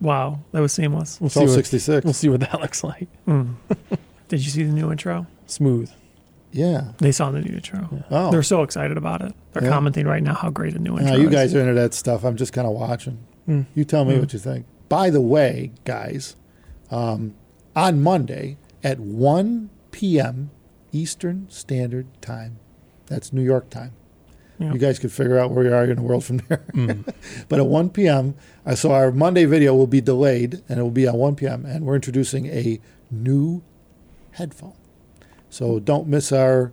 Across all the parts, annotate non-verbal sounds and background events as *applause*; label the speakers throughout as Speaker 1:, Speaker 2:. Speaker 1: Wow, that was seamless. We'll
Speaker 2: It's
Speaker 1: see.
Speaker 2: all
Speaker 1: What,
Speaker 2: 66.
Speaker 1: we'll see what that looks like. Mm. Did you see the new intro?
Speaker 2: Smooth. Yeah.
Speaker 1: They saw the new intro.
Speaker 2: Oh.
Speaker 1: They're so excited about it. They're
Speaker 2: Yeah.
Speaker 1: commenting right now how great the new intro
Speaker 2: Now, you
Speaker 1: is.
Speaker 2: guys are into that stuff. I'm just kind of watching.
Speaker 1: Hmm.
Speaker 2: You tell me what you think. By the way, guys, um, on Monday at 1 p.m. Eastern Standard Time, that's New York time.
Speaker 1: Yeah.
Speaker 2: You guys could figure out where you are in the world from there. *laughs* but at 1 p.m., uh, so our Monday video will be delayed and it will be at 1 p.m. And we're introducing a new headphone. So don't miss our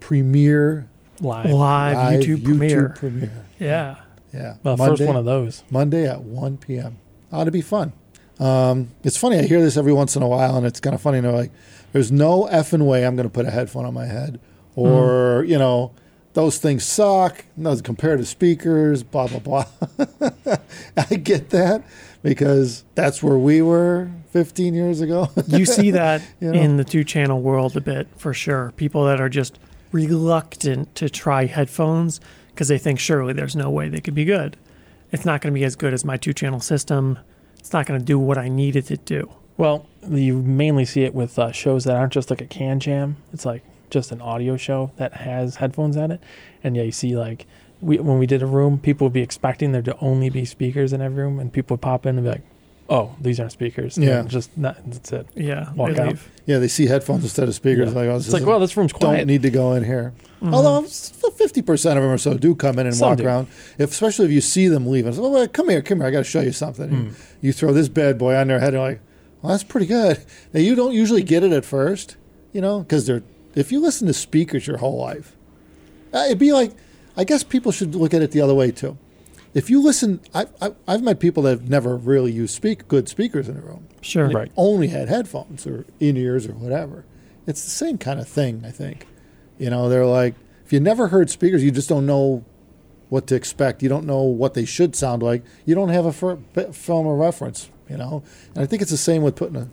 Speaker 2: premiere
Speaker 3: *laughs* Live.
Speaker 1: live,
Speaker 2: live
Speaker 1: YouTube, premiere.
Speaker 2: premiere.
Speaker 1: yeah.
Speaker 2: Yeah.
Speaker 3: Well,
Speaker 2: Monday,
Speaker 3: first one of those.
Speaker 2: Monday at 1 p.m. Ought to be fun. Um, it's funny. I hear this every once in a while, and it's kind of funny. You know, like, there's no effing way I'm going to put a headphone on my head,
Speaker 3: Hmm.
Speaker 2: or you know, those things suck. No, compared to speakers, blah blah blah. *laughs* I get that because that's where we were 15 years ago. *laughs*
Speaker 1: you see that
Speaker 2: You know?
Speaker 1: in the two channel world a bit for sure. People that are just reluctant to try headphones because they think surely there's no way they could be good. It's not going to be as good as my two channel system. It's not going to do what I need it to do.
Speaker 3: Well, you mainly see it with uh, shows that aren't just like a can jam. It's like just an audio show that has headphones at it. And yeah, you see like we when we did a room, people would be expecting there to only be speakers in every room, and people would pop in and be like, "Oh, these aren't speakers." And
Speaker 2: Yeah.
Speaker 3: just not, that's it.
Speaker 1: Yeah.
Speaker 3: Walk
Speaker 1: they
Speaker 3: out.
Speaker 1: leave.
Speaker 2: yeah, they see headphones instead of speakers.
Speaker 3: Yeah.
Speaker 2: Like, oh, this
Speaker 3: It's like,
Speaker 2: isn't-
Speaker 3: well, this room's quiet. Mm-hmm.
Speaker 2: don't need to go in here. Although fifty percent of them or so do come in and
Speaker 3: Some
Speaker 2: walk
Speaker 3: do.
Speaker 2: around, if, especially if you see them leaving. It's like, well, come here, come here. I got to show you something.
Speaker 3: Mm.
Speaker 2: And You throw this bad boy on their head, and you're like, well, that's pretty good. Now you don't usually get it at first, you know, because they're if you listen to speakers your whole life, uh, it'd be like, I guess people should look at it the other way too. If you listen, I, I, I've met people that have never really used speak good speakers in a room
Speaker 1: Sure.
Speaker 2: *laughs*
Speaker 3: Right.
Speaker 2: only had headphones or in ears or whatever. It's the same kind of thing, I think. You know, they're like, if you never heard speakers, you just don't know what to expect. You don't know what they should sound like. You don't have a fir- b- film of reference, you know? And I think it's the same with putting a,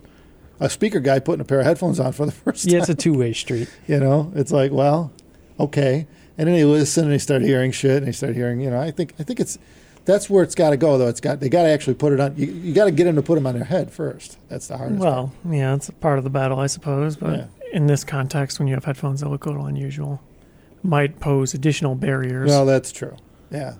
Speaker 2: a speaker guy putting a pair of headphones on for the *laughs* first
Speaker 3: Yeah, it's a two-way street.
Speaker 2: you know, it's like, well, okay. And then they listen and they start hearing shit and they start hearing, you know, I think I think it's that's where it's got to go though. It's got they got to actually put it on. You, you got to get them to put them on their head first. That's the hardest. part.
Speaker 1: Well, yeah, it's a part of the battle, I suppose. But
Speaker 2: Yeah.
Speaker 1: in this context, when you have headphones that look a little unusual, might pose additional barriers.
Speaker 2: well, that's true. Yeah,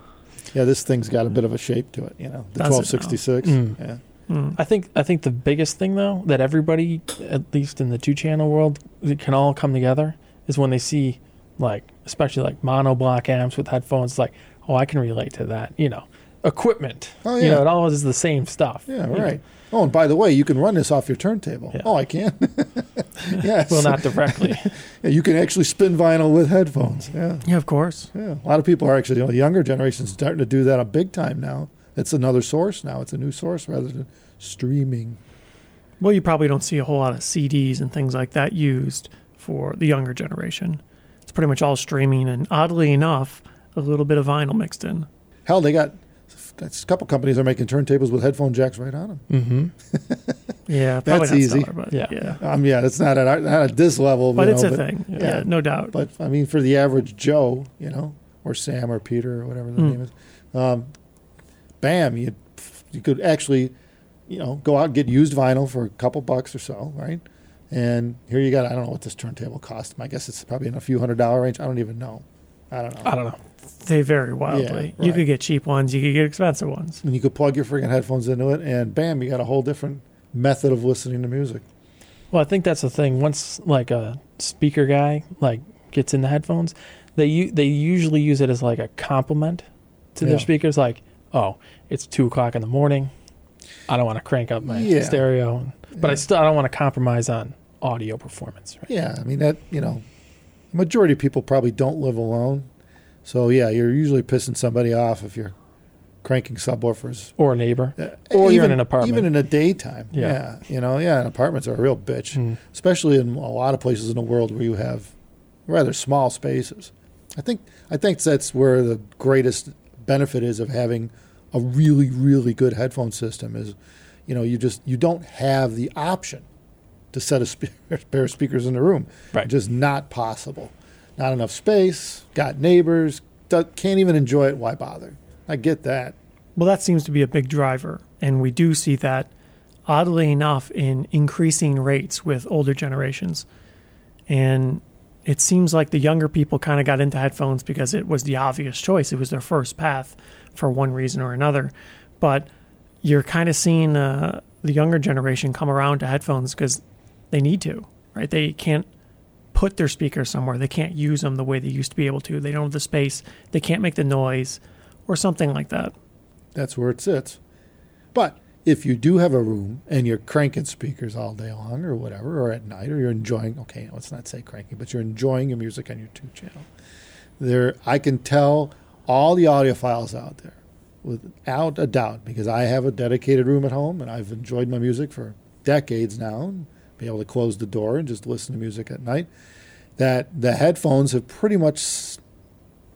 Speaker 2: yeah. This thing's got a bit of a shape to it. Oh. You know, the
Speaker 1: Does it now?
Speaker 2: twelve sixty six.
Speaker 3: Mm.
Speaker 2: Yeah.
Speaker 1: Hmm.
Speaker 3: I think I think the biggest thing though that everybody, at least in the two channel world, they can all come together is when they see like especially like mono block amps with headphones. Like, oh, I can relate to that. You know, equipment.
Speaker 2: Oh,
Speaker 3: You
Speaker 2: yeah.
Speaker 3: know, it all is the same stuff.
Speaker 2: Yeah.
Speaker 3: you know.
Speaker 2: Right. Oh, and by the way, you can run this off your turntable.
Speaker 3: Yeah.
Speaker 2: Oh, I can. *laughs* yes.
Speaker 3: Well,
Speaker 2: *laughs*
Speaker 3: not directly.
Speaker 2: Yeah, you can actually spin vinyl with headphones. Yeah.
Speaker 1: yeah, of course.
Speaker 2: Yeah, a lot of people are actually you know, the younger generation's starting to do that a big time now. It's another source now. It's a new source rather than streaming.
Speaker 1: Well, you probably don't see a whole lot of CDs and things like that used for the younger generation. It's pretty much all streaming, and oddly enough, a little bit of vinyl mixed in.
Speaker 2: Hell, they got that's a couple companies are making turntables with headphone jacks right on them.
Speaker 3: mm-hmm.
Speaker 1: Yeah, probably
Speaker 2: That's
Speaker 1: not
Speaker 2: easy.
Speaker 1: stellar, but yeah,
Speaker 3: Yeah.
Speaker 2: Um, yeah, it's not at our, not at this level,
Speaker 1: but
Speaker 2: you
Speaker 1: it's
Speaker 2: know,
Speaker 1: a thing. Yeah,
Speaker 2: yeah.
Speaker 1: no doubt.
Speaker 2: But I mean, for the average Joe, you know, or Sam or Peter or whatever the
Speaker 1: Mm.
Speaker 2: name is, um, bam, you you could actually, you know, go out and get used vinyl for a couple bucks or so, right? And here you got I don't know what this turntable cost. I guess it's probably in a few hundred dollar range. I don't even know. I don't know.
Speaker 3: I don't know.
Speaker 1: they vary wildly. You
Speaker 2: right.
Speaker 1: could get cheap ones, you could get expensive ones.
Speaker 2: and you could plug your freaking headphones into it, and bam, you got a whole different method of listening to music.
Speaker 3: Well, I think that's the thing. Once like a speaker guy like gets in the headphones, they u- they usually use it as like a compliment to
Speaker 2: Yeah.
Speaker 3: their speakers. Like, oh, it's two o'clock in the morning. I don't want to crank up my
Speaker 2: Yeah.
Speaker 3: stereo, but I
Speaker 2: Yeah.
Speaker 3: still I don't want to compromise on audio performance. Right?
Speaker 2: Yeah, I mean that you know, the majority of people probably don't live alone, so yeah, you're usually pissing somebody off if you're cranking subwoofers.
Speaker 3: Or a neighbor.
Speaker 2: Uh,
Speaker 3: Or you're in an apartment.
Speaker 2: Even in the daytime. Yeah.
Speaker 3: Yeah.
Speaker 2: You know, yeah, and apartments are a real bitch,
Speaker 3: Mm.
Speaker 2: especially in a lot of places in the world where you have rather small spaces. I think I think that's where the greatest benefit is of having a really really good headphone system is, you know, you just you don't have the option to set a spe- *laughs* pair of speakers in the room.
Speaker 3: Right.
Speaker 2: Just not possible. Not enough space. Got neighbors. do- Can't even enjoy it. Why bother? I get that.
Speaker 1: Well, that seems to be a big driver And we do see that, oddly enough, in increasing rates with older generations. And it seems like the younger people kind of got into headphones because it was the obvious choice. It was their first path for one reason or another. But you're kind of seeing uh, the younger generation come around to headphones because they need to, right? They can't put their speakers somewhere. They can't use them the way they used to be able to. They don't have the space. They can't make the noise or something like that.
Speaker 2: That's where it sits. But if you do have a room and you're cranking speakers all day long or whatever, or at night, or you're enjoying, okay, let's not say cranking, but you're enjoying your music on your tube channel, there, I can tell all the audiophiles out there without a doubt because I have a dedicated room at home and I've enjoyed my music for decades now and be able to close the door and just listen to music at night that the headphones have pretty much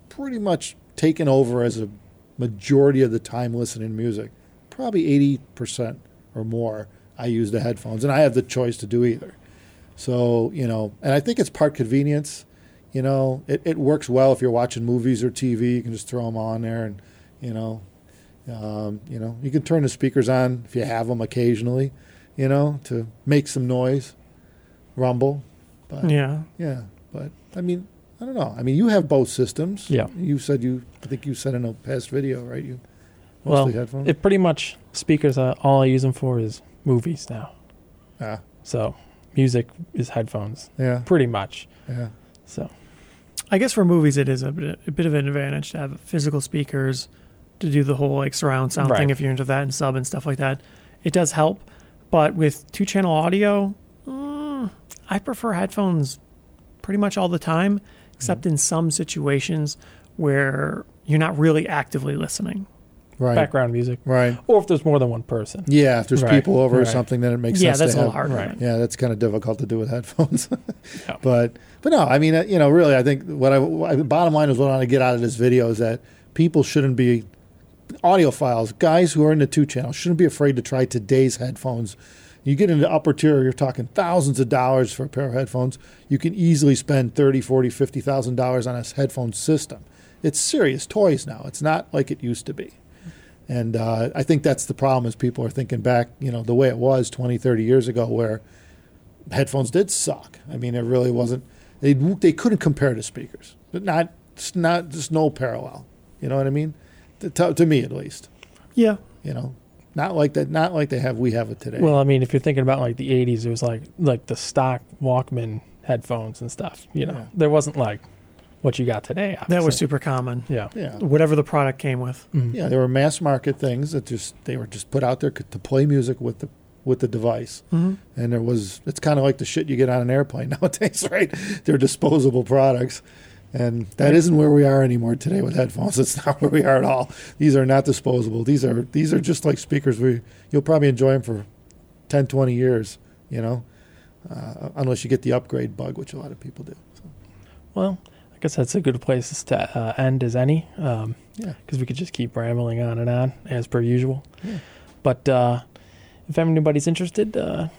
Speaker 2: pretty much taken over as a majority of the time listening to music probably 80% or more I use the headphones and I have the choice to do either. So, you know, and I think it's part convenience. You know, it, it works well if you're watching movies or TV. You can just throw them on there and, you know, um, you know, you can turn the speakers on if you have them occasionally, you know, to make some noise, rumble. But
Speaker 1: Yeah.
Speaker 2: yeah, but I mean, I don't know. I mean, you have both systems.
Speaker 3: Yeah.
Speaker 2: You said you, I think you said in a past video, right? You
Speaker 3: Well,
Speaker 2: mostly headphones.
Speaker 3: It pretty much speakers. Uh, all I use them for is movies now.
Speaker 2: ah,
Speaker 3: So music is headphones,
Speaker 2: yeah,
Speaker 3: pretty much.
Speaker 2: yeah.
Speaker 3: So
Speaker 1: I guess for movies, it is a bit, a bit of an advantage to have physical speakers to do the whole like surround sound thing
Speaker 3: Right.
Speaker 1: if you're into that and sub and stuff like that. It does help, but with two channel audio, mm, I prefer headphones pretty much all the time, except
Speaker 2: Mm-hmm.
Speaker 1: in some situations where you're not really actively listening.
Speaker 2: Right.
Speaker 3: background music,
Speaker 2: Right.
Speaker 3: or if there's more than one person.
Speaker 2: Yeah. If there's
Speaker 3: Right,
Speaker 2: people over or
Speaker 3: right.
Speaker 2: something, then it makes
Speaker 1: yeah,
Speaker 2: sense.
Speaker 1: that's
Speaker 2: to
Speaker 1: a little
Speaker 2: have-
Speaker 1: harder.
Speaker 3: right.
Speaker 2: Yeah, that's kind of difficult to do with *laughs* headphones.
Speaker 3: Yeah.
Speaker 2: But but no, I mean, uh, you know, really, I think what I what- the bottom line is what I want to get out of this video is that people shouldn't be audiophiles, guys who are into two channel, shouldn't be afraid to try today's headphones. You get into upper tier, you're talking thousands of dollars for a pair of headphones. You can easily spend thirty, forty, fifty thousand dollars on a headphone system. It's serious toys now. It's not like it used to be. And uh, I think that's the problem is people are thinking back, you know, the way it was 20, 30 years ago where headphones did suck. I mean, it really wasn't. They they couldn't compare to speakers, but not it's not just no parallel. You know what I mean? To, to, to me, at least,
Speaker 1: Yeah.
Speaker 2: you know, not like that. Not like they have we have it today.
Speaker 3: Well, I mean, if you're thinking about like the '80s, it was like like the stock Walkman headphones and stuff. You know,
Speaker 2: Yeah.
Speaker 3: there wasn't like what you got today.
Speaker 1: That was
Speaker 3: obviously.
Speaker 1: super common.
Speaker 3: yeah.
Speaker 2: yeah,
Speaker 1: Whatever the product came with.
Speaker 2: yeah, they were mass market things that just they were just put out there to play music with the with the device.
Speaker 1: Mhm.
Speaker 2: And there was it's kind of like the shit you get on an airplane *laughs* nowadays, right? They're disposable products. And that isn't where we are anymore today with headphones. *laughs* It's not where we are at all. These are not disposable. These are these are just like speakers. We you'll probably enjoy them for 10, 20 years, you know, uh, unless you get the upgrade bug, which a lot of people do. So,
Speaker 3: Well, I guess that's a good place to uh, end as any, because
Speaker 2: yeah,
Speaker 3: we could just keep rambling on and on as per usual.
Speaker 2: Yeah.
Speaker 3: But uh, if anybody's interested, uh,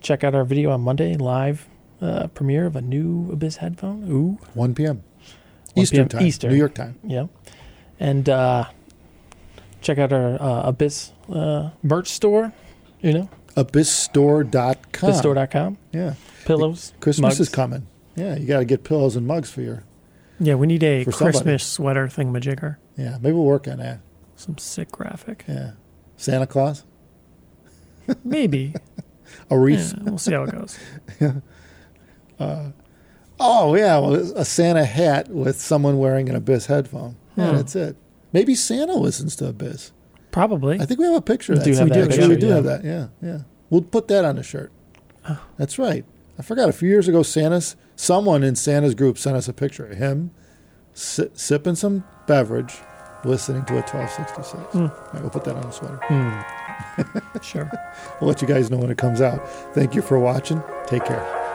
Speaker 3: check out our video on Monday live uh, premiere of a new Abyss headphone. Ooh,
Speaker 2: 1 p.m.
Speaker 3: 1
Speaker 2: Eastern
Speaker 3: p.m.
Speaker 2: time,
Speaker 3: Eastern.
Speaker 2: New York time.
Speaker 3: yeah, and uh, check out our uh, Abyss uh, merch store. You know,
Speaker 2: Abyssstore.com.
Speaker 3: abyssstore.com.
Speaker 2: Yeah.
Speaker 3: Pillows.
Speaker 2: Christmas
Speaker 3: mugs.
Speaker 2: is coming. Yeah, you got to get pillows and mugs for your.
Speaker 1: Yeah, we need a
Speaker 2: For somebody.
Speaker 1: Christmas sweater thing, majigger.
Speaker 2: Yeah, maybe we'll work on that.
Speaker 1: Some sick
Speaker 2: *laughs*
Speaker 1: graphic.
Speaker 2: Yeah. Santa Claus,
Speaker 1: Maybe.
Speaker 2: a
Speaker 1: yeah,
Speaker 2: wreath.
Speaker 1: we'll see how it goes.
Speaker 2: Oh yeah, well, a Santa hat with someone wearing an Abyss headphone. Yeah,
Speaker 1: Hmm.
Speaker 2: that's it. Maybe Santa listens to Abyss.
Speaker 1: Probably.
Speaker 2: I think we have a picture of
Speaker 3: We
Speaker 2: that.
Speaker 3: do have
Speaker 2: we
Speaker 3: that
Speaker 2: actually, we
Speaker 3: picture,
Speaker 2: do
Speaker 3: yeah.
Speaker 2: have that. Yeah, yeah. We'll put that on the shirt.
Speaker 1: Oh.
Speaker 2: That's right. I forgot a few years ago, Santa's someone in Santa's group sent us a picture of him si- sipping some beverage, listening to a 1266.
Speaker 1: Hmm.
Speaker 2: All right, we'll put that on the sweater.
Speaker 3: Hmm.
Speaker 1: Sure.
Speaker 2: We'll let you guys know when it comes out. Thank you for watching. Take care.